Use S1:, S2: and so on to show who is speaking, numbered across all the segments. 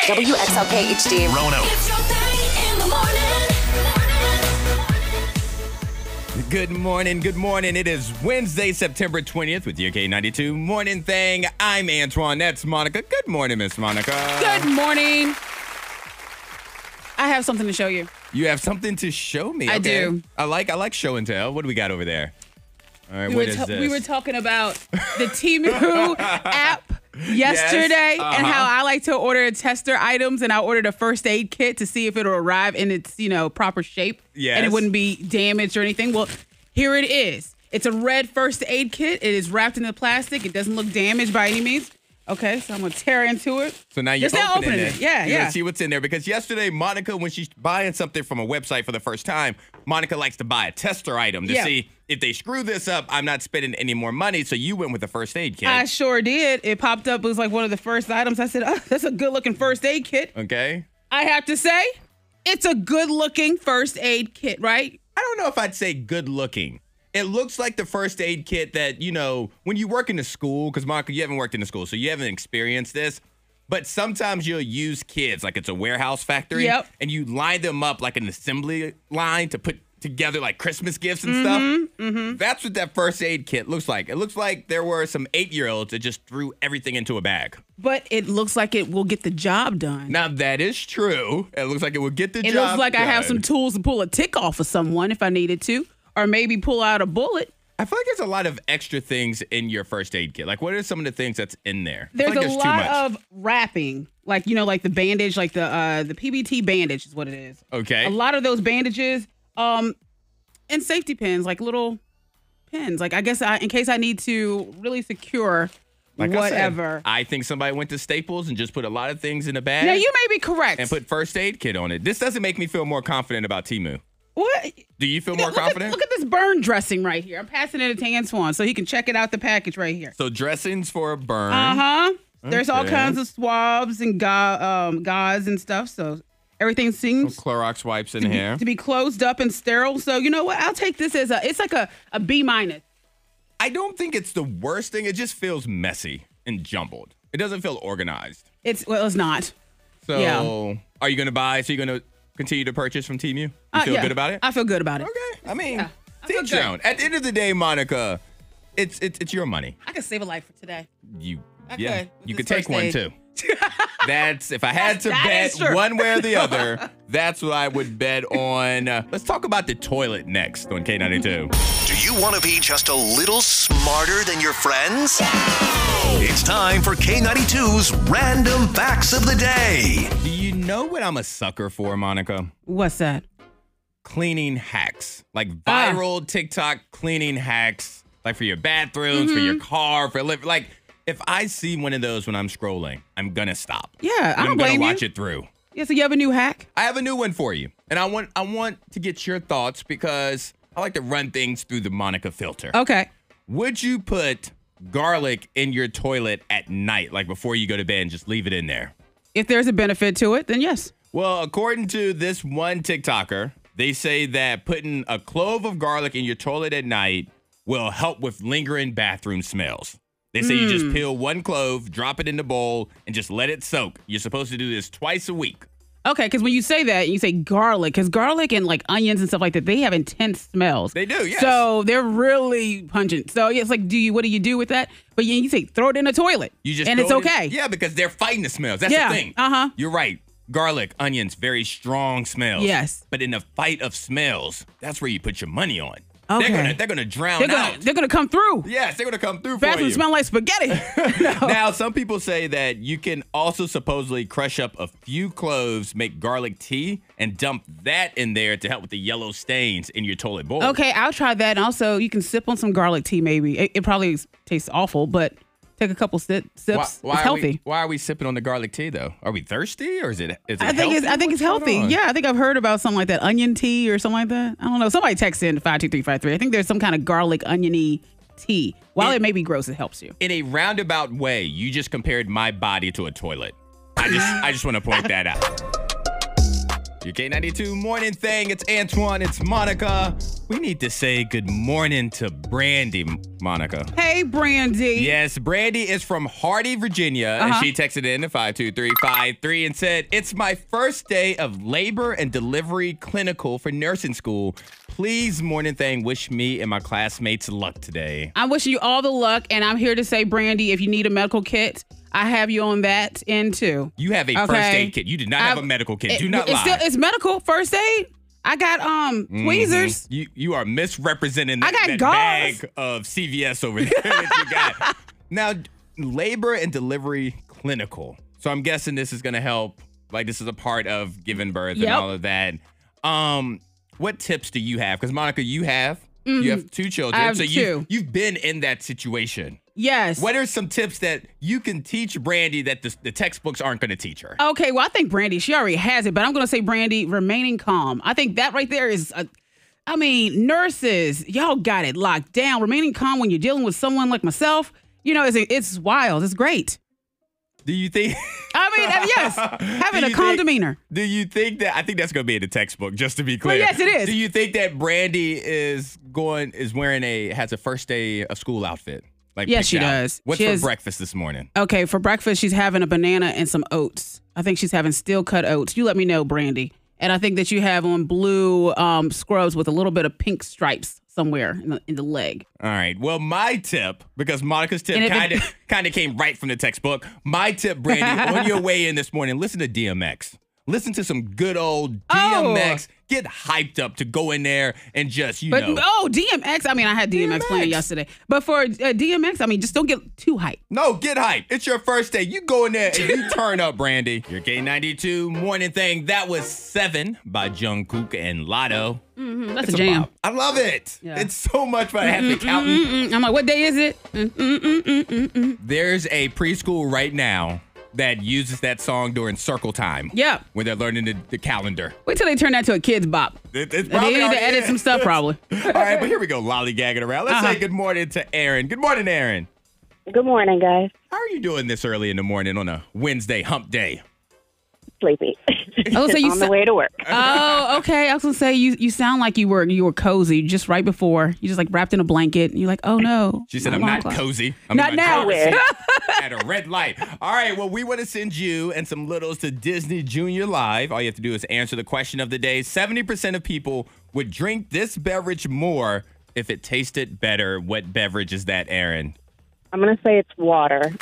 S1: WXLK HD.
S2: Rono.
S3: It's your day in the morning.
S4: Good morning, good morning. It is Wednesday, September 20th with UK92 Morning Thing. I'm Antoine, that's Monica. Good morning, Miss Monica.
S5: Good morning. I have something to show you.
S4: You have something to show me.
S5: I
S4: Okay.
S5: do.
S4: I like I like show and tell. What do we got over there? All right,
S5: We
S4: what
S5: were,
S4: is
S5: ta-
S4: this?
S5: we were talking about the Timu app yesterday and how
S4: uh-huh.
S5: I like to order tester items and I ordered a first aid kit to see if it'll arrive in its, you know, proper shape and
S4: Yes.
S5: it wouldn't be damaged or anything. Well, here it is. It's a red first aid kit. It is wrapped in the plastic. It doesn't look damaged by any means. Okay, so I'm going to tear into it.
S4: so now you're
S5: Just now
S4: opening,
S5: opening
S4: it.
S5: it. Yeah,
S4: You're gonna
S5: yeah.
S4: see what's in there because yesterday Monica, when she's buying something from a website for the first time, Monica likes to buy a tester item to
S5: Yeah.
S4: see if they screw this up. I'm not spending any more money. So you went with the first aid kit.
S5: I sure did. It popped up. It was like one of the first items. I said, oh, that's a good looking first aid kit.
S4: okay.
S5: I have to say, it's a good looking first aid kit, right?
S4: I don't know if I'd say good looking. It looks like the first aid kit that, you know, when you work in a school, because Monica, you haven't worked in a school, so you haven't experienced this. But sometimes you'll use kids, like it's a warehouse factory,
S5: Yep.
S4: and you line them up like an assembly line to put together like Christmas gifts and stuff.
S5: Mm-hmm,
S4: That's what that first aid kit looks like. It looks like there were some eight year olds that just threw everything into a bag.
S5: But it looks like it will get the job done.
S4: Now, that is true. It looks like it would get the job.
S5: it looks like I have some
S4: done.
S5: tools to pull a tick off of someone if I needed to, or maybe pull out a bullet.
S4: I feel like there's a lot of extra things in your first aid kit. Like, what are some of the things that's in there? I feel
S5: There's
S4: like
S5: a lot of wrapping, like you know, like the bandage, like the uh the PBT bandage is what it is.
S4: Okay.
S5: A lot of those bandages, um, and safety pins, like little pins, like I guess I, in case I need to really secure
S4: Like I said,
S5: whatever.
S4: I, think somebody went to Staples and just put a lot of things in a bag
S5: now you may be correct.
S4: and put first aid kit on it. This doesn't make me feel more confident about Timu.
S5: what
S4: Do you feel
S5: Yeah,
S4: more
S5: look at-
S4: confident?
S5: look at this burn dressing right here. I'm passing it to Tan Swan so he can check it out the package right here.
S4: so dressings for a burn.
S5: Uh huh. There's all
S4: Mm-hmm. Okay.
S5: kinds of swabs and ga- um, gauze and stuff. So everything seems
S4: Clorox wipes in here.
S5: to be closed up and sterile. So you know what? I'll take this as a. It's like a, a B minus.
S4: I don't think it's the worst thing. It just feels messy and jumbled. It doesn't feel organized.
S5: It's well, it's not.
S4: So,
S5: Yeah.
S4: are you going to buy? So, you're going to continue to purchase from Timu? You
S5: Uh,
S4: feel
S5: yeah,
S4: good about it?
S5: I feel good about it.
S4: Okay. I mean,
S5: Yeah, I feel
S4: teach
S5: good.
S4: your own. At the end of the day, Monica, it's it's it's your money.
S5: I could save a life for today.
S4: You
S5: I
S4: yeah,
S5: could with
S4: you could take
S5: this first
S4: one
S5: aid.
S4: too. that's if I had to
S5: That
S4: bet
S5: is true.
S4: one way or the other, that's what I would bet on. Uh, let's talk about the toilet next on K92.
S2: Do you want to be just a little smarter than your friends? It's time for K92's Random Facts of the Day.
S4: Do you know what I'm a sucker for, Monica?
S5: What's that?
S4: Cleaning hacks. Like
S5: Ah.
S4: viral TikTok cleaning hacks. Like for your bathrooms, for your
S5: Mm-hmm.
S4: car, for li- like if I see one of those when I'm scrolling, I'm gonna stop.
S5: Yeah, I
S4: And
S5: don't
S4: I'm gonna
S5: blame you.
S4: watch it through.
S5: Yeah. So you have a new hack?
S4: I have a new one for you, and I want I want to get your thoughts because I like to run things through the Monica filter.
S5: Okay.
S4: Would you put garlic in your toilet at night, like before you go to bed, and just leave it in there?
S5: If there's a benefit to it, then yes.
S4: Well, according to this one TikToker, they say that putting a clove of garlic in your toilet at night will help with lingering bathroom smells. They say you just peel one clove, drop it in the bowl, and just let it soak. You're supposed to do this twice a week.
S5: Okay, because when you say that, you say garlic, because garlic and like onions and stuff like that, they have intense smells.
S4: They do, yes.
S5: So they're really pungent. So it's like, do you? What do you do with that? But you, you say throw it in the toilet.
S4: You just
S5: and
S4: throw
S5: it's
S4: it in-
S5: okay.
S4: yeah, because they're fighting the smells. That's
S5: Yeah,
S4: the thing.
S5: uh-huh.
S4: You're right. Garlic, onions, very strong smells.
S5: Yes.
S4: But in the fight of smells, that's where you put your money on.
S5: Okay.
S4: They're gonna they're gonna drown
S5: they're gonna
S4: out.
S5: they're gonna come through.
S4: yes, they're gonna come through for
S5: Bathroom
S4: you.
S5: smell like spaghetti. No.
S4: Now, some people say that you can also supposedly crush up a few cloves, make garlic tea, and dump that in there to help with the yellow stains in your toilet bowl.
S5: okay, I'll try that. And also, you can sip on some garlic tea. Maybe it, it probably tastes awful, but take a couple si-
S4: Why,
S5: sips.
S4: why
S5: it's
S4: are
S5: healthy.
S4: We, why are we sipping on the garlic tea though? Are we thirsty or is it? Is it
S5: I think it's I think it's healthy. Yeah, I think I've heard about something like that, onion tea or something like that. I don't know. Somebody text in five two three five three. I think there's some kind of garlic oniony tea. While it, may be gross, it helps you.
S4: in a roundabout way, you just compared my body to a toilet. I just I just want to point that out. Your K92 morning thing. It's Antoine. It's Monica. We need to say good morning to Brandy, Monica.
S5: Hey, Brandy.
S4: Yes, Brandy is from Hardy, Virginia,
S5: Uh-huh.
S4: and she texted in to 52353 and said, It's my first day of labor and delivery clinical for nursing school. Please, morning thing, wish me and my classmates luck today.
S5: I'm wishing you all the luck, and I'm here to say, Brandy, if you need a medical kit, I have you on that end too.
S4: You have a first
S5: Okay.
S4: aid kit. You did not have
S5: I've-
S4: a medical kit.
S5: It-
S4: Do not
S5: it's
S4: lie. Mm-hmm.
S5: Still, it's medical first aid. I got um tweezers.
S4: You you are misrepresenting
S5: I
S4: that, that
S5: got gauze.
S4: bag of CVS over there that you got. Now, labor and delivery clinical. So I'm guessing this is going to help. Like this is a part of giving birth and
S5: Yep.
S4: all of that. Um, what tips do you have? Because Monica, you have you have two children,
S5: Mm-hmm. I have
S4: so
S5: two.
S4: you you've been in that situation.
S5: Yes.
S4: What are some tips that you can teach Brandy that the, the textbooks aren't going to teach her?
S5: Okay, well, I think Brandy, she already has it, but I'm going to say Brandy remaining calm. I think that right there is, a, I mean, nurses, y'all got it locked down. Remaining calm when you're dealing with someone like myself, you know, it's, it's wild. It's great.
S4: Do you think?
S5: I mean, and yes, having
S4: Do
S5: a
S4: you
S5: calm
S4: think-
S5: demeanor.
S4: Do you think that I think that's going to be in the textbook? Just to be clear.
S5: yes, it is.
S4: Do you think that Brandy is going is wearing a has a first day of school outfit? Like
S5: Yes,
S4: picked
S5: she
S4: out?
S5: does.
S4: What's
S5: She
S4: for
S5: is-
S4: breakfast this morning?
S5: Okay, for breakfast, she's having a banana and some oats. I think she's having steel cut oats. You let me know, Brandy. And I think that you have on blue um, scrubs with a little bit of pink stripes somewhere in the, in the leg.
S4: All right. Well, my tip because Monica's
S5: And
S4: tip
S5: if it-
S4: kind of kind of came right from the textbook. My tip, Brandy, on your way in this morning, listen to DMX. Listen to some good old
S5: Oh.
S4: DMX. Get hyped up to go in there and just you
S5: But
S4: know.
S5: oh, DMX. I mean, I had DMX, playing
S4: DMX.
S5: yesterday. But for uh, DMX, I mean, just don't get too hyped.
S4: No, get hype. It's your first day. You go in there and you turn up, Brandy. Your K92 morning thing. That was Seven by Jungkook and Lotto.
S5: Hmm, That's
S4: It's
S5: a jam.
S4: bop. I love it.
S5: Yeah.
S4: It's so much fun. I have to count.
S5: Mm, I'm like, what day is it? Mm, mm, mm, mm, mm.
S4: There's a preschool right now that uses that song during circle time.
S5: Yeah.
S4: When they're learning the, the calendar.
S5: Wait till they turn that to a kids bop.
S4: It- it's
S5: They
S4: probably
S5: need
S4: already
S5: to edit
S4: in.
S5: some stuff, probably.
S4: All right, but here we go, lollygagging around. Let's
S5: Uh-huh.
S4: say good morning to Aaron. Good morning, Aaron.
S1: Good morning, guys.
S4: How are you doing this early in the morning on a Wednesday hump day?
S1: Sleepy.
S5: Oh, so you
S1: on
S5: sa-
S1: the way to work.
S5: Oh, okay. I was gonna say you, you sound like you were you were cozy just right before. You just like wrapped in a blanket. And you're like, oh no.
S4: She said,
S5: my
S4: I'm
S5: alarm
S4: not
S5: clock."
S4: cozy. I'm
S5: Not
S4: in my
S5: now.
S4: driver's
S1: Weird.
S4: seat at a red light. All right. Well, we want to send you and some littles to Disney Junior Live. All you have to do is answer the question of the day. 70% of people would drink this beverage more if it tasted better. What beverage is that, Aaron?
S1: I'm going to say it's water.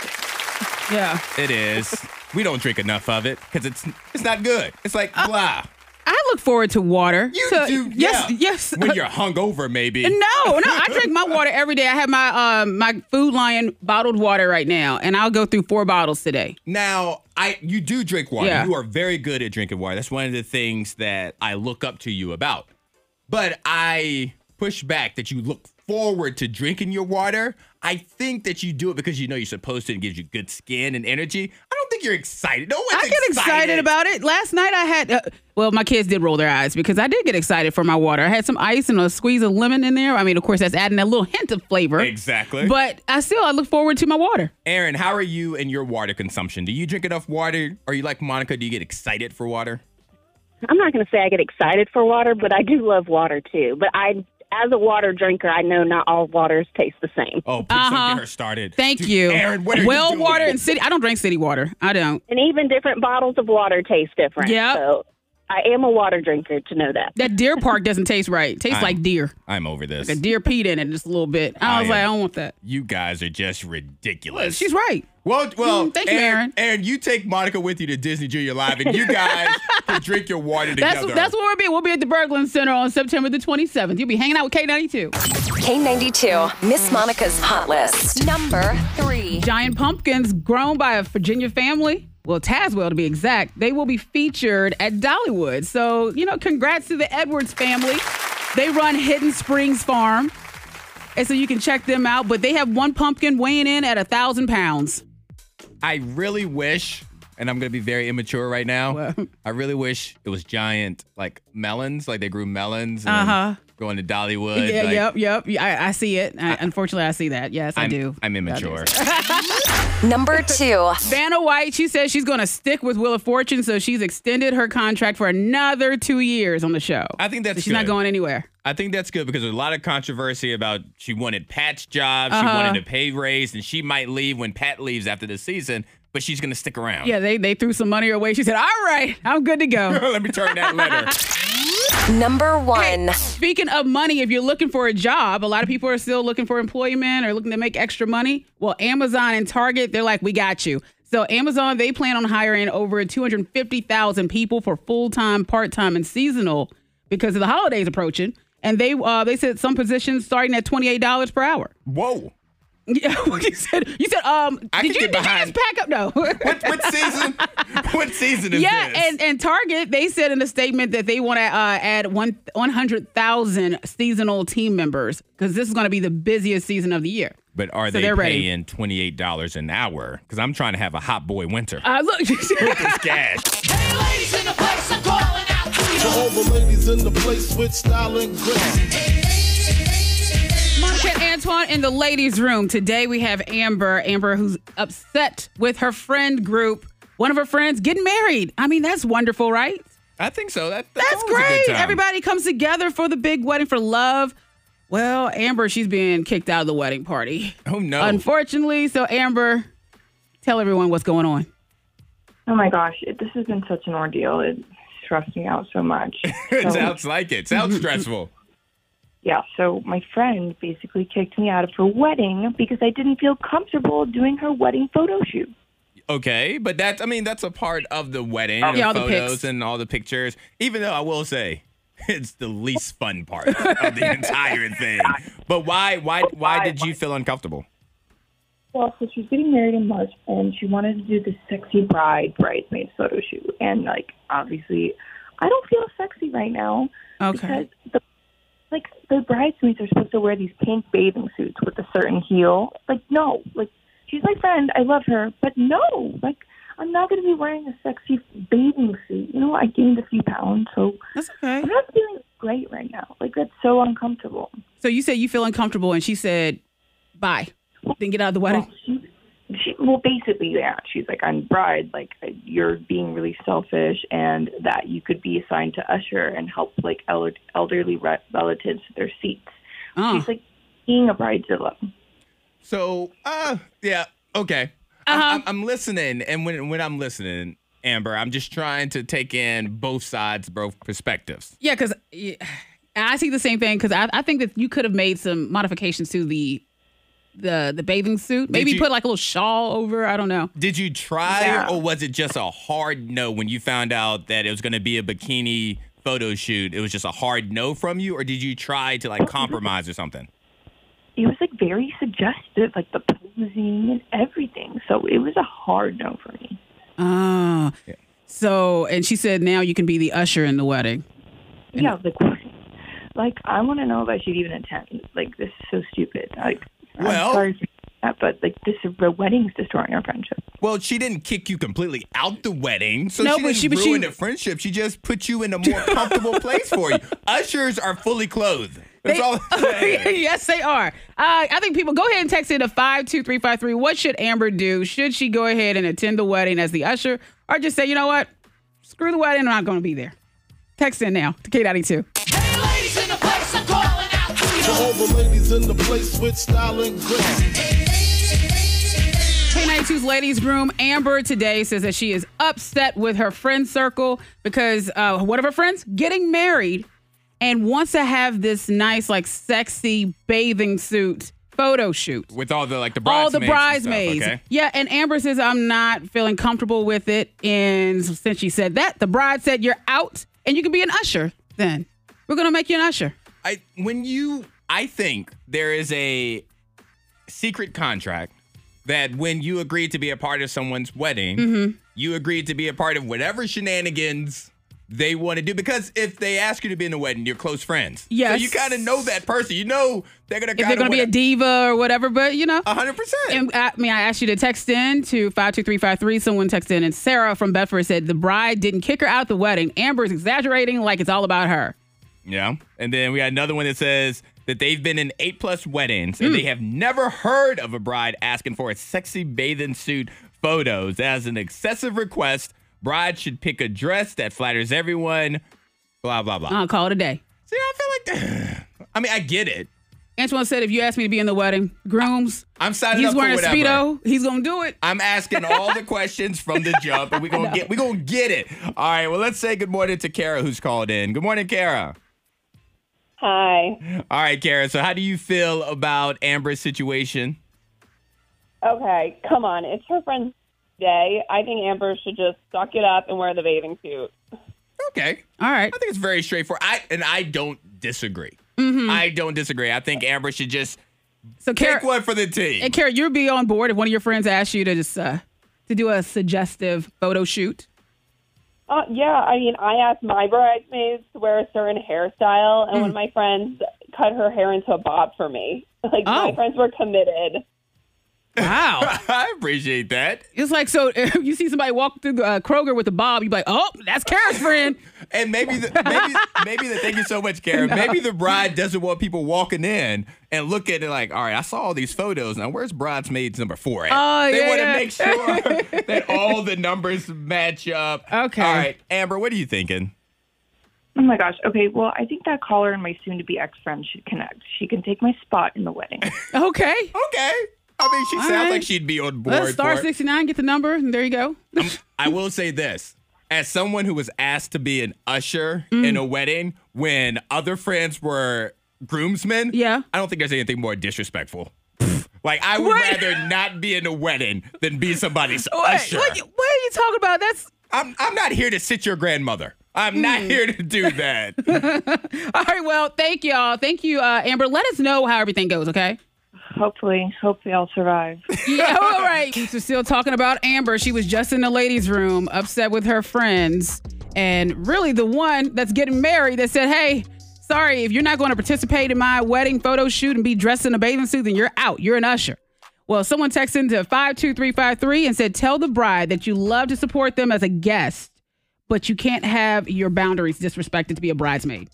S5: Yeah.
S4: It is. we don't drink enough of it because it's it's not good. It's like
S5: Uh,
S4: blah.
S5: I look forward to water.
S4: You
S5: To-
S4: do.
S5: Yes.
S4: yeah.
S5: Yes.
S4: When you're hungover, maybe.
S5: No, no, I drink my water every day. I have my um my Food Lion bottled water right now, and I'll go through four bottles today.
S4: Now, I you do drink water.
S5: Yeah.
S4: You are very good at drinking water. That's one of the things that I look up to you about. But I push back that you look forward to drinking your water. I think that you do it because you know you're supposed to. It gives you good skin and energy. I don't think you're excited. No one's
S5: I get excited about it. Last night I had, uh, well, my kids did roll their eyes because I did get excited for my water. I had some ice and a squeeze of lemon in there. I mean, of course, that's adding a little hint of flavor.
S4: Exactly.
S5: But I still, I look forward to my water.
S4: Aaron, how are you and your water consumption? Do you drink enough water? Are you like Monica? Do you get excited for water?
S1: I'm not going to say I get excited for water, but I do love water too. But I, as a water drinker, I know not all waters taste the same.
S4: Oh, please don't get her started.
S5: Uh-huh. Thank
S4: Dude,
S5: you.
S4: Aaron. What are
S5: well,
S4: you doing?
S5: water and city. I don't drink city water. I don't.
S1: And even different bottles of water taste different.
S5: Yep.
S1: So I am a water drinker to know that.
S5: That deer park doesn't taste right. Tastes
S4: I'm-
S5: like deer.
S4: I'm over this.
S5: The deer peed in it just a little bit. I,
S4: I
S5: was like,
S4: am-
S5: I don't want that.
S4: You guys are just ridiculous.
S5: She's right.
S4: Well, well,
S5: Mm, thank you, Aaron.
S4: Aaron, you take Monica with you to Disney Junior Live, and you guys can drink your water
S5: That's
S4: together.
S5: that's where we'll be. We'll be at the Berglund Center on September the 27th. You'll be hanging out with K92.
S3: K92, Miss Monica's Hot List. Number three.
S5: Giant pumpkins grown by a Virginia family, well, Tazewell to be exact, they will be featured at Dollywood. So, you know, congrats to the Edwards family. They run Hidden Springs Farm. And so you can check them out. But they have one pumpkin weighing in at a thousand pounds.
S4: I really wish, and I'm gonna be very immature right now. I really wish it was giant, like melons, like they grew melons.
S5: Uh-huh.
S4: going to Dollywood.
S5: yeah,
S4: like,
S5: yep, yep. Yeah, I, I see it. I, unfortunately, I see that. Yes, i
S4: I'm,
S5: do.
S4: I'm
S5: That is-
S4: immature.
S3: Number two.
S5: Vanna White, she says she's going to stick with Wheel of Fortune, so she's extended her contract for another two years on the show.
S4: I think that's
S5: So she's not
S4: good.
S5: going anywhere.
S4: I think that's good because there's a lot of controversy about she wanted Pat's job,
S5: Uh-huh.
S4: she wanted a pay raise, and she might leave when Pat leaves after the season, but she's gonna stick around.
S5: Yeah, they, they threw some money her way. She said, All right, I'm good to go.
S4: Let me turn that letter.
S3: Number one.
S5: Speaking of money, if you're looking for a job, a lot of people are still looking for employment or looking to make extra money. Well, Amazon and Target, they're like, we got you. So Amazon, they plan on hiring over 250,000 people for full-time, part-time, and seasonal because of the holidays approaching. And they uh, they said some positions starting at $28 per hour.
S4: Whoa.
S5: Yeah, what you said you said um
S4: I can
S5: did you,
S4: get
S5: did you
S4: behind-
S5: just pack up? No.
S4: What, what season? what season is
S5: Yeah,
S4: this?
S5: and, and Target they said in a statement that they want to uh, add one one hundred thousand seasonal team members because this is going to be the busiest season of the year.
S4: but are
S5: So
S4: they
S5: they're ready.
S4: paying twenty eight dollars an hour? Because I'm trying to have a hot boy winter.
S5: Uh, look,
S4: This gas.
S6: Hey, ladies in the place, I'm calling out to you.
S7: To all the ladies in the place with style and grace.
S5: Monica and Antoine in the ladies' room today. We have Amber, Amber who's upset with her friend group. One of her friends getting married. I mean, that's wonderful, right?
S4: I think so. That, that's always
S5: That's
S4: a good
S5: great.
S4: time.
S5: Everybody comes together for the big wedding for love. Well, Amber, she's being kicked out of the wedding party.
S4: Oh no.
S5: Unfortunately, so Amber, tell everyone what's going on.
S8: Oh my gosh, it, this has been such an ordeal. It stressed me out so much.
S4: it
S8: So,
S4: sounds like it. Sounds stressful.
S8: yeah, so my friend basically kicked me out of her wedding because I didn't feel comfortable doing her wedding photo shoot.
S4: Okay, but that's I mean that's a part of the wedding, and
S5: Yeah, all the
S4: photos
S5: pics.
S4: and all the pictures. Even though I will say it's the least fun part of the entire thing. But why why why did you feel uncomfortable?
S8: Well, so she's getting married in March, and she wanted to do the sexy bride bridesmaid photo shoot. And, like, obviously, I don't feel sexy right now.
S5: Okay.
S8: Because the, like the bridesmaids are supposed to wear these pink bathing suits with a certain heel. Like no, like she's my friend. I love her, but no, like I'm not going to be wearing a sexy bathing suit. You know, I gained a few pounds, so
S5: That's okay.
S8: I'm not feeling great right now. Like that's so uncomfortable.
S5: So you said you feel uncomfortable, and she said, "Bye." Then get out of the wedding.
S8: Well, she, she, well, basically, yeah. She's like, I'm bride. Like, you're being really selfish, and that you could be assigned to usher and help like elder, elderly re- relatives to their seats.
S5: Oh.
S8: She's like being a bridezilla.
S4: So uh yeah, okay. I'm-
S5: Uh-huh.
S4: I'm, I'm listening and when when I'm listening, Amber, I'm just trying to take in both sides, both perspectives.
S5: Yeah, because I see the same thing. Because I, I think that you could have made some modifications to the the the bathing suit. Maybe
S4: you-
S5: put like a little shawl over. I don't know.
S4: Did you try
S8: Yeah.
S4: or was it just a hard no when you found out that it was going to be a bikini photo shoot? It was just a hard no from you or did you try to like compromise or something?
S8: It was like very suggestive, like the posing and everything. So it was a hard no for me.
S5: Oh. So and she said now you can be the usher in the wedding.
S8: yeah, like, like I want to know if I should even attend. Like, this is so stupid. Like,
S4: Well-
S8: I'm sorry for that, but like this, the wedding's destroying our friendship.
S4: Well, she didn't kick you completely out the wedding, so
S5: No,
S4: she
S5: but
S4: didn't
S5: she- but
S4: ruin
S5: she-
S4: the friendship. She just put you in a more comfortable place for you. Ushers are fully clothed. That's all.
S5: Oh, yes, they are. Uh, I think people go ahead and text in to five two three five three. What should Amber do? Should she go ahead and attend the wedding as the usher, or just say, you know what, screw the wedding, I'm not going to be there? Text in now to K ninety two.
S6: Hey, ladies in the place, I'm calling out to
S7: To all the ladies in the place with style and grace.
S6: you.
S5: K92's ladies' room. Amber today says that she is upset with her friend circle because uh, one of her friends getting married and wants to have this nice, like, sexy bathing suit photo shoot.
S4: With all the like the
S5: All
S4: bridesmaids.
S5: the
S4: and stuff,
S5: bridesmaids.
S4: okay?
S5: Yeah, and Amber says, I'm not feeling comfortable with it. And since she said that, the bride said, You're out and you can be an usher then. We're going to make you an usher.
S4: I when you I think there is a secret contract that when you agree to be a part of someone's wedding,
S5: Mm-hmm.
S4: you agree to be a part of whatever shenanigans they want to do because if they ask you to be in the wedding, you're close friends. So
S5: Yes.
S4: you kind of know that person. You know they're gonna.
S5: If they're going to be a diva or whatever, but you know.
S4: hundred percent.
S5: And uh, I I mean, I asked you to text in to 52353. Someone texted in, and Sarah from Bedford said the bride didn't kick her out the wedding. Amber's exaggerating like it's all about her.
S4: Yeah. And then we got another one that says that they've been in eight plus weddings
S5: Hmm.
S4: and they have never heard of a bride asking for a sexy bathing suit photos as an excessive request. Bride should pick a dress that flatters everyone. Blah blah blah.
S5: I'll Uh, call it a day.
S4: See, I feel like I mean, I get it.
S5: Antoine said, if you ask me to be in the wedding, grooms,
S4: I'm signing
S5: he's
S4: up
S5: wearing
S4: for
S5: a
S4: whatever.
S5: Speedo, he's going to do it.
S4: I'm asking all the questions from the jump, and we're gonna get we gonna get it. All right, well, let's say good morning to Kara, who's called in. Good morning, Kara.
S8: Hi.
S4: All right, Kara. So, how do you feel about Amber's situation?
S8: Okay, come on. It's her friend's day. I think Amber should just suck it up and wear the bathing suit.
S4: Okay,
S5: All right.
S4: I think it's very straightforward. I and I don't disagree.
S5: Mm-hmm.
S4: I don't disagree. I think Amber should just
S5: So, Kara,
S4: take one for the team.
S5: and Kara, you'd be on board if one of your friends asked you to just uh, to do a suggestive photo shoot.
S8: Uh, yeah, I mean, I asked my bridesmaids to wear a certain hairstyle,
S1: Hmm.
S8: and one of my friends cut her hair into a bob for me. Like,
S5: Oh.
S8: my friends were committed.
S5: Wow.
S4: I appreciate that.
S5: it's like, so if you see somebody walk through uh, Kroger with a bob, you'd be like, oh, that's Kara's friend.
S4: And maybe the, maybe maybe the thank you so much, Karen. Maybe the bride doesn't want people walking in and look at it like, all right, I saw all these photos. Now where's bridesmaids number four at?
S5: Oh,
S4: they
S5: yeah,
S4: want to
S5: yeah.
S4: make sure that all the numbers match up.
S5: Okay.
S4: All right, Amber, what are you thinking?
S9: Oh my gosh. Okay. Well, I think that caller and my soon to be ex friend should connect. She can take my spot in the wedding.
S5: Okay.
S4: Okay. I mean, she
S5: All
S4: sounds
S5: right.
S4: like she'd be on board.
S5: Let's star
S4: for it.
S5: 69, get the number, and there you go.
S4: I will say this. As someone who was asked to be an usher in
S5: Mm.
S4: a wedding when other friends were groomsmen,
S5: Yeah.
S4: I don't think there's anything more disrespectful. Pfft. like I would
S5: What?
S4: rather not be in a wedding than be somebody's
S5: What,
S4: usher.
S5: what, you- what are you talking about? That's
S4: I'm I'm not here to sit your grandmother. I'm not
S5: Hmm.
S4: here to do that.
S5: all right. Well, thank y'all. Thank you, uh, Amber. Let us know how everything goes, okay?
S9: hopefully, hopefully I'll survive.
S5: Yeah, all right. We're still talking about Amber. She was just in the ladies' room, upset with her friends, and really the one that's getting married that said, "Hey, sorry, if you're not going to participate in my wedding photo shoot and be dressed in a bathing suit, then you're out. You're an usher." Well, someone texted into five two three five three and said, "Tell the bride that you love to support them as a guest, but you can't have your boundaries disrespected to be a bridesmaid."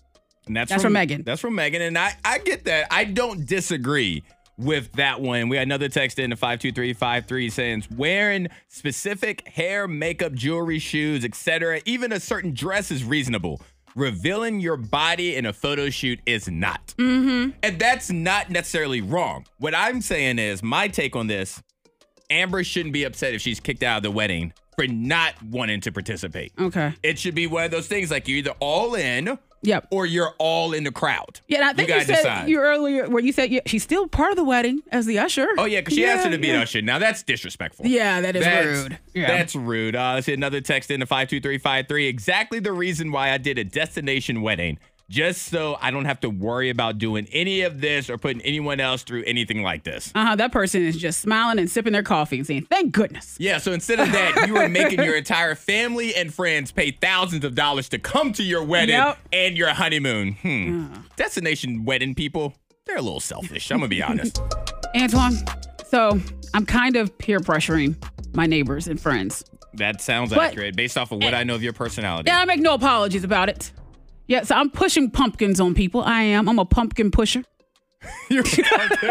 S4: And
S5: That's from Megan.
S4: That's from Megan. And I, I get that. I don't disagree with that one. We had another text in to 52353 saying wearing specific hair, makeup, jewelry, shoes, etc. Even a certain dress is reasonable. Revealing your body in a photo shoot is not. Mm-hmm. And that's not necessarily wrong. What I'm saying is my take on this, Amber shouldn't be upset if she's kicked out of the wedding for not wanting to participate.
S5: Okay.
S4: It should be one of those things like you're either all in
S5: Yep.
S4: or you're all in the crowd.
S5: Yeah, and I think you,
S4: gotta
S5: said you earlier where you said yeah, she's still part of the wedding as the usher.
S4: oh yeah, because she asked her to be
S5: yeah.
S4: an usher. Now that's disrespectful.
S5: Yeah, that is
S4: that's,
S5: rude. Yeah.
S4: That's rude. Uh, let's see another text in to five two three five three. Exactly the reason why I did a destination wedding, just so I don't have to worry about doing any of this or putting anyone else through anything like this.
S5: uh huh. That person is just smiling and sipping their coffee and saying, "Thank goodness."
S4: Yeah, so instead of that, you were making your entire family and friends pay thousands of dollars to come to your wedding
S5: Yep. Uh.
S4: and your honeymoon. Hmm. Destination wedding people, they're a little selfish. I'm gonna be honest.
S5: Antoine, so I'm kind of peer pressuring my neighbors and friends.
S4: That sounds
S5: But-
S4: accurate based off of what I know of your personality.
S5: Yeah, I make no apologies about it. Yeah, so I'm pushing pumpkins on people. I am. I'm a pumpkin pusher.
S4: You're-
S5: Is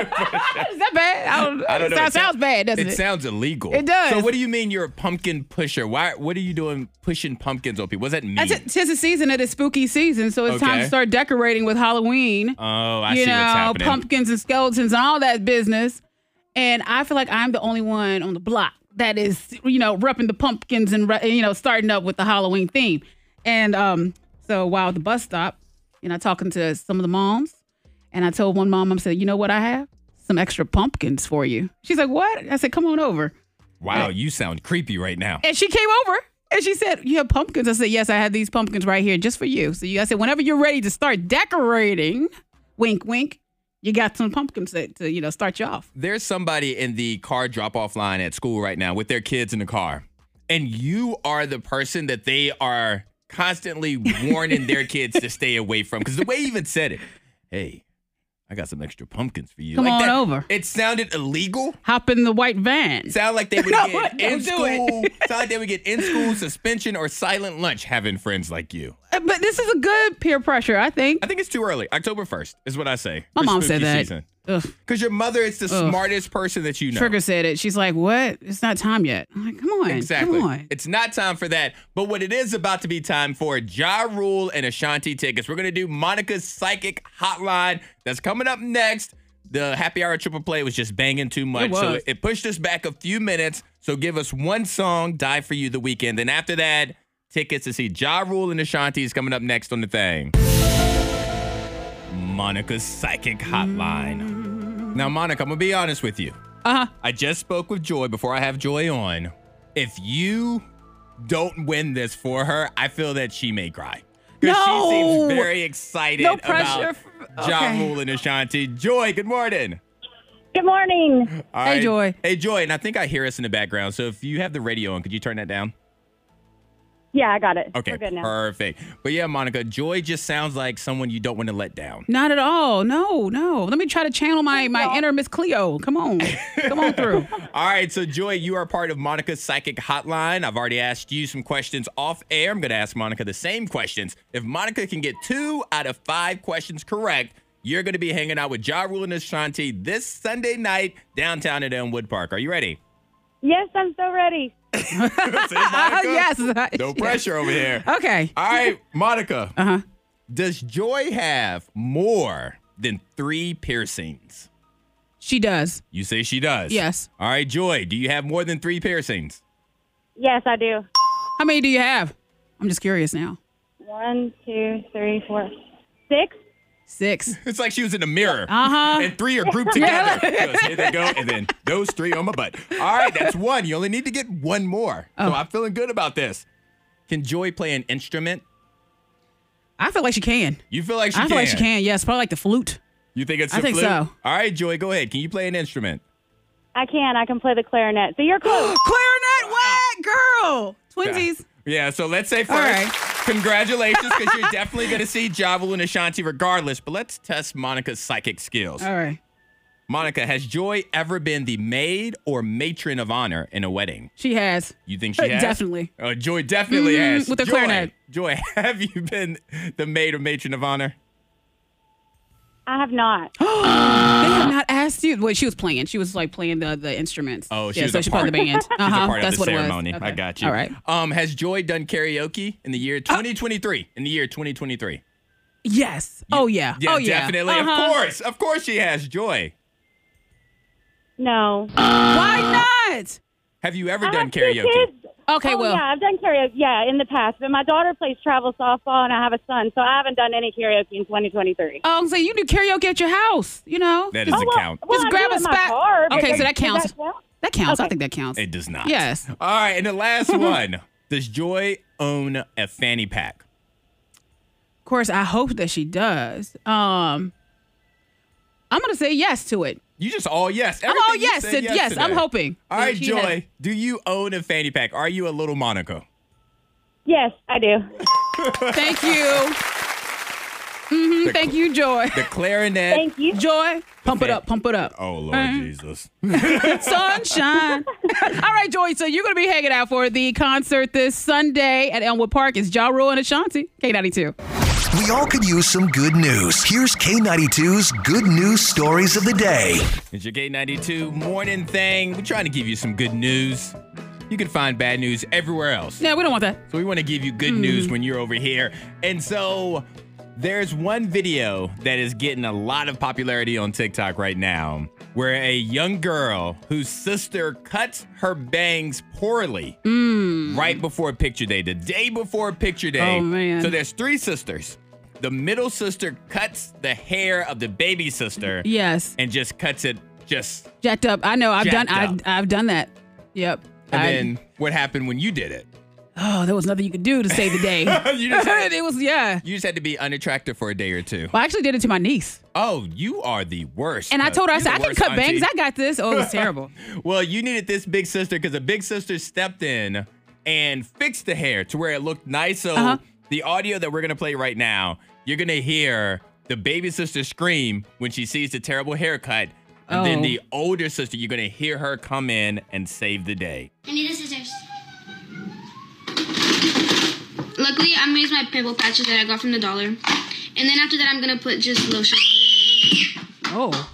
S5: that bad? I don't,
S4: I don't know.
S5: That
S4: It
S5: sounds
S4: sound-
S5: bad, doesn't it?
S4: it sounds illegal.
S5: It does.
S4: So what do you mean you're a pumpkin pusher? Why? What are you doing pushing pumpkins on people? What does that mean?
S5: That's it. Tis the season. It is spooky season, so it's time
S4: Okay.
S5: to start decorating with Halloween.
S4: Oh, I
S5: you
S4: see
S5: know,
S4: what's happening.
S5: pumpkins and skeletons and all that business. And I feel like I'm the only one on the block that is, you know, repping the pumpkins and re- you know starting up with the Halloween theme. And um, so while at the bus stop, you know, talking to some of the moms, and I told one mom, I said, you know what I have? Some extra pumpkins for you. She's like, what? I said, come on over.
S4: wow, you sound creepy right now.
S5: And she came over and she said, You have pumpkins? I said, Yes, I have these pumpkins right here just for you. So you, I said, Whenever you're ready to start decorating, wink, wink, you got some pumpkins to, to you know, start you off.
S4: there's somebody in the car drop off line at school right now with their kids in the car, and you are the person that they are constantly warning their kids to stay away from. Because the way you even said it, hey, I got some extra pumpkins for you.
S5: Come on
S4: that-
S5: over.
S4: It sounded illegal.
S5: Hop in the white van.
S4: Sound like they would
S5: No,
S4: get
S5: don't
S4: in
S5: do it.
S4: school. Sound like they would get in school suspension or silent lunch having friends like you.
S5: Uh, But this is a good peer pressure, I think.
S4: I think it's too early. October first is what I say.
S5: My
S4: for
S5: mom said
S4: spooky
S5: that.
S4: season.
S5: Ugh.
S4: Cause your mother is the smartest person that you know.
S5: Trigger said it. She's like, "What? It's not time yet." I'm like, "Come on,
S4: Exactly.
S5: come on."
S4: It's not time for that. But what it is about to be time for Ja Rule and Ashanti tickets. We're going to do Monica's Psychic Hotline. That's coming up next. The happy hour triple play was just banging too much.
S5: It
S4: So
S5: was.
S4: it pushed us back a few minutes. So give us one song, Die for You the Weekend. Then after that, tickets to see Ja Rule and Ashanti is coming up next on the thing. Monica's Psychic Hotline. Now, Monica, I'm going to be honest with you.
S5: Uh huh.
S4: I just spoke with Joy before I have Joy on. If you don't win this for her, I feel that she may cry. Because she
S5: No.
S4: seems very excited
S5: No pressure
S4: about
S5: f-
S4: Ja
S5: okay.
S4: Rule and Ashanti. Joy, good morning.
S1: Good morning.
S4: All
S5: Hey, Joy.
S4: Hey, Joy. And I think I hear us in the background. So if you have the radio on, could you turn that down?
S1: Yeah, I got it.
S4: Okay,
S1: We're good now.
S4: perfect. But yeah, Monica, Joy just sounds like someone you don't want to let down.
S5: Not at all. No, no. Let me try to channel my my inner Miss Cleo. Come on, come on through.
S4: All right, so Joy, you are part of Monica's Psychic Hotline. I've already asked you some questions off air. I'm going to ask Monica the same questions. If Monica can get two out of five questions correct, you're going to be hanging out with Ja Rule and Ashanti this Sunday night downtown at Elmwood Park. Are you ready?
S1: Yes, I'm so ready.
S5: yes.
S4: No pressure over here.
S5: Okay.
S4: All right, Monica.
S5: Uh huh.
S4: Does Joy have more than three piercings?
S5: She does.
S4: You say she does.
S5: Yes.
S4: All right, Joy, do you have more than three piercings?
S1: Yes, I do.
S5: How many do you have? I'm just curious now.
S1: One, two, three, four, six.
S5: Six.
S4: It's like she was in a mirror.
S5: Uh-huh.
S4: And three are grouped together. Goes, Here they go. And then those three on my butt. All right, that's one. You only need to get one more.
S5: Oh.
S4: So I'm feeling good about this. Can Joy play an instrument?
S5: I feel like she can.
S4: You feel like she
S5: I
S4: can?
S5: feel like she can. Yes, probably like the flute.
S4: You think it's the
S5: I think
S4: flute?
S5: so.
S4: All right, Joy, go ahead. Can you play an instrument?
S1: I can. I can play the clarinet. So you're close.
S5: Clarinet, what girl? Twinsies.
S4: Yeah, so let's say
S5: All
S4: first, congratulations, because you're definitely going to see Javel and Ashanti regardless. But let's test Monica's psychic skills.
S5: All right.
S4: Monica, has Joy ever been the maid or matron of honor in a wedding?
S5: She has.
S4: You think she has?
S5: Definitely.
S4: Uh, Joy definitely
S5: Mhm,
S4: has.
S5: with the
S4: Joy,
S5: clarinet.
S4: Joy, have you been the maid or matron of honor?
S1: I have not.
S5: They have not asked you. Well, she was playing. She was like playing the, the instruments.
S4: Oh, she
S5: yeah,
S4: was
S5: so
S4: a
S5: she
S4: part.
S5: played the band.
S4: She's
S5: Uh-huh.
S4: a part
S5: That's
S4: of the
S5: what
S4: ceremony.
S5: It was.
S4: I
S5: Okay.
S4: got you.
S5: All right. Uh,
S4: Um, has Joy done karaoke in the year 2023? In the year 2023.
S5: Yes. oh yeah.
S4: Yeah,
S5: oh yeah.
S4: definitely.
S5: Uh-huh.
S4: Of course, of course, she has. Joy,
S1: No.
S5: Why not?
S4: have you ever
S1: I
S4: done
S1: have two
S4: karaoke?
S1: kids.
S5: Okay.
S1: Oh,
S5: well.
S1: yeah, I've done karaoke. Yeah, in the past, but my daughter plays travel softball, and I have a son, so I haven't done any karaoke in 2023.
S5: Oh, so you do karaoke at your house? You know. Oh.
S4: That doesn't count.
S1: Oh, well,
S5: Just
S1: I
S5: grab
S1: do
S5: a
S1: in my
S5: spot.
S1: car, but
S5: Okay, so
S1: does-
S5: that
S1: does
S5: counts.
S1: count?
S5: That counts. I
S1: Okay.
S5: think that counts.
S4: It does not.
S5: Yes.
S4: All right, and the last one. Does Joy own a fanny pack?
S5: Of course, I hope that she does. Um, I'm gonna say yes to it.
S4: You just all yes.
S5: I'm
S4: Everything
S5: all
S4: you
S5: yes.
S4: said
S5: to- yes, I'm
S4: today.
S5: hoping.
S4: All
S5: that
S4: right,
S5: she
S4: Joy.
S5: has-
S4: Do you own a fanny pack? Are you a little Monaco?
S1: Yes, I do.
S5: Thank you. hmm thank you, Joy.
S4: The clarinet.
S1: Thank you.
S5: Joy, pump it up, pump it up.
S4: Oh Lord Jesus.
S5: Sunshine. All right, Joy. So you're going to be hanging out for the concert this Sunday at Elmwood Park. It's Ja Rule and Ashanti, K92.
S2: We all could use some good news. Here's K92's good news stories of the day.
S4: It's your K92 morning thing. We're trying to give you some good news. You can find bad news everywhere else.
S5: Yeah, we don't want that.
S4: So we want to give you good
S5: Hmm.
S4: news when you're over here. And so there's one video that is getting a lot of popularity on TikTok right now where a young girl whose sister cuts her bangs poorly right before picture day, the day before picture day.
S5: Hmm. Oh, man.
S4: So there's three sisters. The middle sister cuts the hair of the baby sister
S5: Yes.
S4: and just cuts it just
S5: Jacked up. I know. I've
S4: Jacked
S5: done I've,
S4: up.
S5: I've done that. Yep.
S4: and
S5: I-
S4: then what happened when you did it?
S5: oh, there was nothing you could do to save the day.
S4: You just had-
S5: it was, yeah.
S4: You just had to be unattractive for a day or two.
S5: Well, I actually did it to my niece.
S4: Oh, you are the worst.
S5: And I
S4: cousin.
S5: told her, I
S4: You're
S5: said, I
S4: the
S5: can
S4: worst
S5: cut
S4: auntie."
S5: bangs. I got this. Oh, it was terrible.
S4: Well, you needed this big sister because a big sister stepped in and fixed the hair to where it looked nice. So
S5: Uh-huh.
S4: the audio that we're gonna play right now, you're gonna hear the baby sister scream when she sees the terrible haircut. And then
S5: Oh.
S4: the older sister, you're going to hear her come in and save the day.
S10: I need a scissors. Luckily, I'm gonna use my pimple patches that I got from the dollar. And then after that, I'm gonna put just lotion on it.
S5: Oh.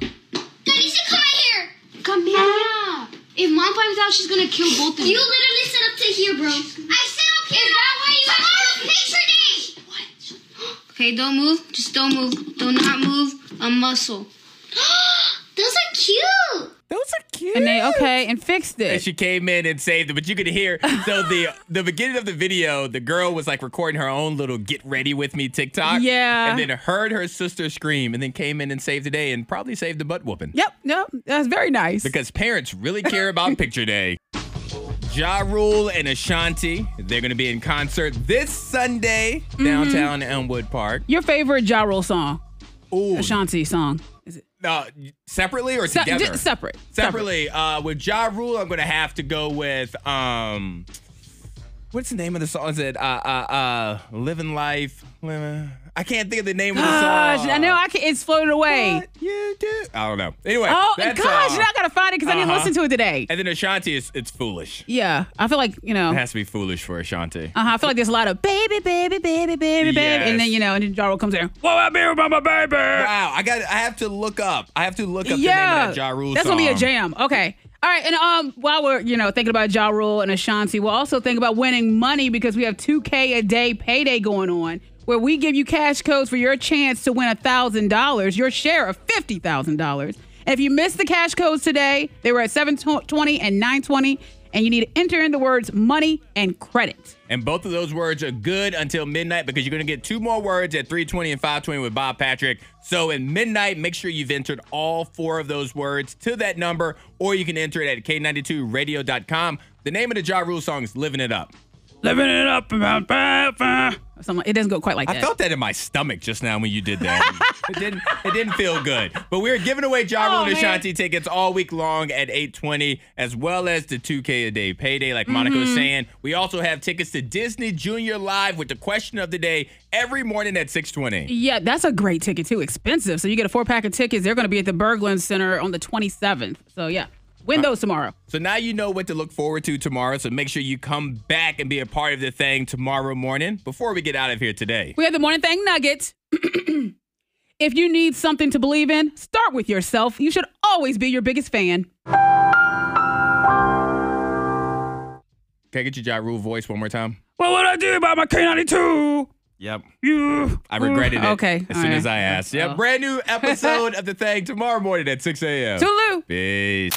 S10: Lisa, come here! Come here! If mom finds out, she's gonna kill both of you. You literally set up to here, bro. I set up here! Is that why you have picture day? What? Okay, don't move. Just don't move. Do not move a muscle. Those are cute!
S4: Those are cute.
S5: And they okay and fixed it.
S4: And she came in and saved it. But you could hear so the the beginning of the video, the girl was like recording her own little get ready with me TikTok.
S5: Yeah.
S4: And then heard her sister scream and then came in and saved the day and probably saved the butt whooping.
S5: Yep, yep. That's very nice.
S4: Because parents really care about picture day. Ja Rule and Ashanti, they're gonna be in concert this Sunday,
S5: Mm-hmm.
S4: downtown Elmwood Park.
S5: Your favorite Ja Rule song,
S4: Ooh,
S5: Ashanti song. Is it
S4: uh, separately or
S5: Se-
S4: together?
S5: di- separate?
S4: Separately, uh, with Ja Rule, I'm gonna have to go with um, what's the name of the song? Is it uh, uh, uh, Living Life? Living... I can't think of the name of the
S5: Gosh,
S4: song.
S5: I know I can, it's floated away.
S4: What you do? I don't know. Anyway,
S5: Oh
S4: that's,
S5: gosh,
S4: uh,
S5: now I gotta find it because I didn't
S4: uh-huh.
S5: listen to it today.
S4: and then Ashanti is it's foolish.
S5: Yeah, I feel like you know.
S4: It has to be foolish for Ashanti.
S5: Uh-huh, I feel like there's a lot of baby, baby, baby, baby, baby, and
S4: Yes.
S5: then you know, and then Ja Rule comes in.
S4: What about me about my baby? Wow, I got. I have to look up. I have to look up the name of that Ja Rule
S5: that's
S4: song.
S5: gonna be a jam. Okay. All right, and um, while we're you know thinking about Ja Rule and Ashanti, we'll also think about winning money because we have two K a day payday going on, where we give you cash codes for your chance to win thousand dollars, your share of fifty thousand dollars. And if you missed the cash codes today, they were at seven twenty and nine twenty, and you need to enter in the words money and credit.
S4: And both of those words are good until midnight because you're going to get two more words at 320 and 520 with Bob Patrick. So at midnight, make sure you've entered all four of those words to that number, or you can enter it at K92radio.com. The name of the Ja Rule song is Living It Up. Living it up.
S5: Or something. It doesn't go quite like
S4: I
S5: that.
S4: felt that in my stomach just now when you did that. it didn't it didn't feel good. But we're giving away Ja Rule
S5: Oh,
S4: and
S5: man.
S4: Ashanti tickets all week long at 820, as well as the 2K a day payday, like Monica
S5: Mm-hmm.
S4: was saying. We also have tickets to Disney Junior Live with the question of the day every morning at 620.
S5: Yeah, that's a great ticket too. Expensive. So you get a four pack of tickets. They're going to be at the Berglund Center on the 27th. So yeah, win those tomorrow.
S4: So now you know what to look forward to tomorrow. So make sure you come back and be a part of the thing tomorrow morning before we get out of here today.
S5: We have the morning thing nuggets. if you need something to believe in, start with yourself. You should always be your biggest fan.
S4: Can I get your Ja Rule voice one more time?
S5: Well, what I do about my K92?
S4: Yep.
S5: You.
S4: I regretted it
S5: Okay,
S4: as
S5: all
S4: soon
S5: right.
S4: as I asked. Yeah,
S5: Oh.
S4: brand new episode of The Thing tomorrow morning at 6 a.m.
S5: Tulu.
S4: Peace.